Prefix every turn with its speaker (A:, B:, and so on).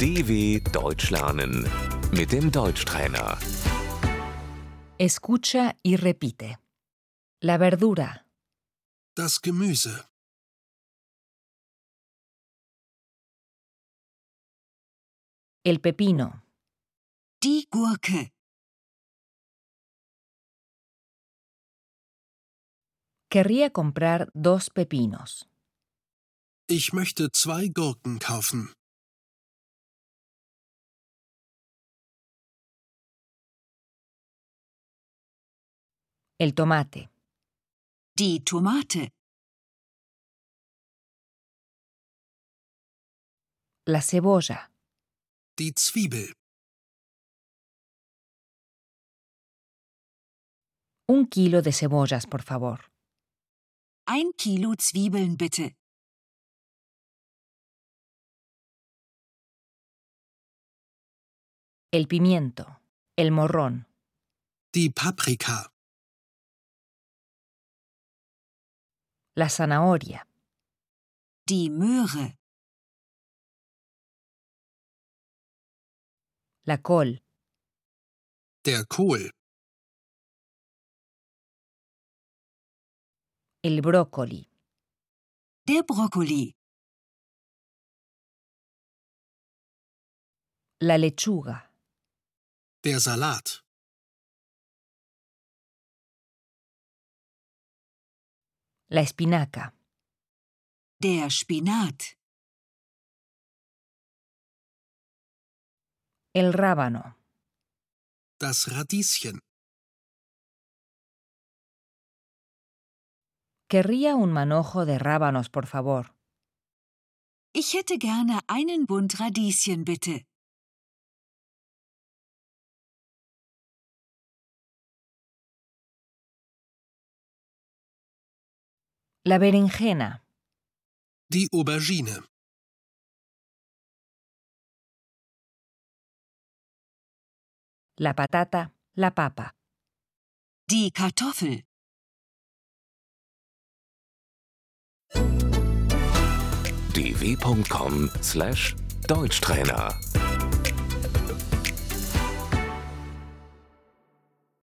A: DW Deutsch lernen mit dem Deutschtrainer.
B: Escucha y repite. La verdura,
C: Das Gemüse.
B: el pepino,
D: Die Gurke.
B: querría comprar dos pepinos,
C: Ich möchte zwei Gurken kaufen.
B: el tomate,
D: Die Tomate.
B: la cebolla,
C: Die Zwiebel.
B: un kilo de cebollas, por favor,
D: Ein Kilo Zwiebeln bitte.
B: el pimiento, el morrón,
C: Die Paprika.
B: la zanahoria,
D: Die Möhre.
B: la col,
C: Der Kohl.
B: el brócoli,
D: Der Brokkoli.
B: la lechuga,
C: Der Salat.
B: la espinaca,
D: Der Spinat.
B: el rábano,
C: Das Radieschen.
B: querría un manojo de rábanos, por favor,
D: Ich hätte gerne einen Bund Radieschen bitte.
B: la berenjena,
C: Die Aubergine.
B: la patata, la papa,
D: Die Kartoffel.
A: dw.com/deutschtrainer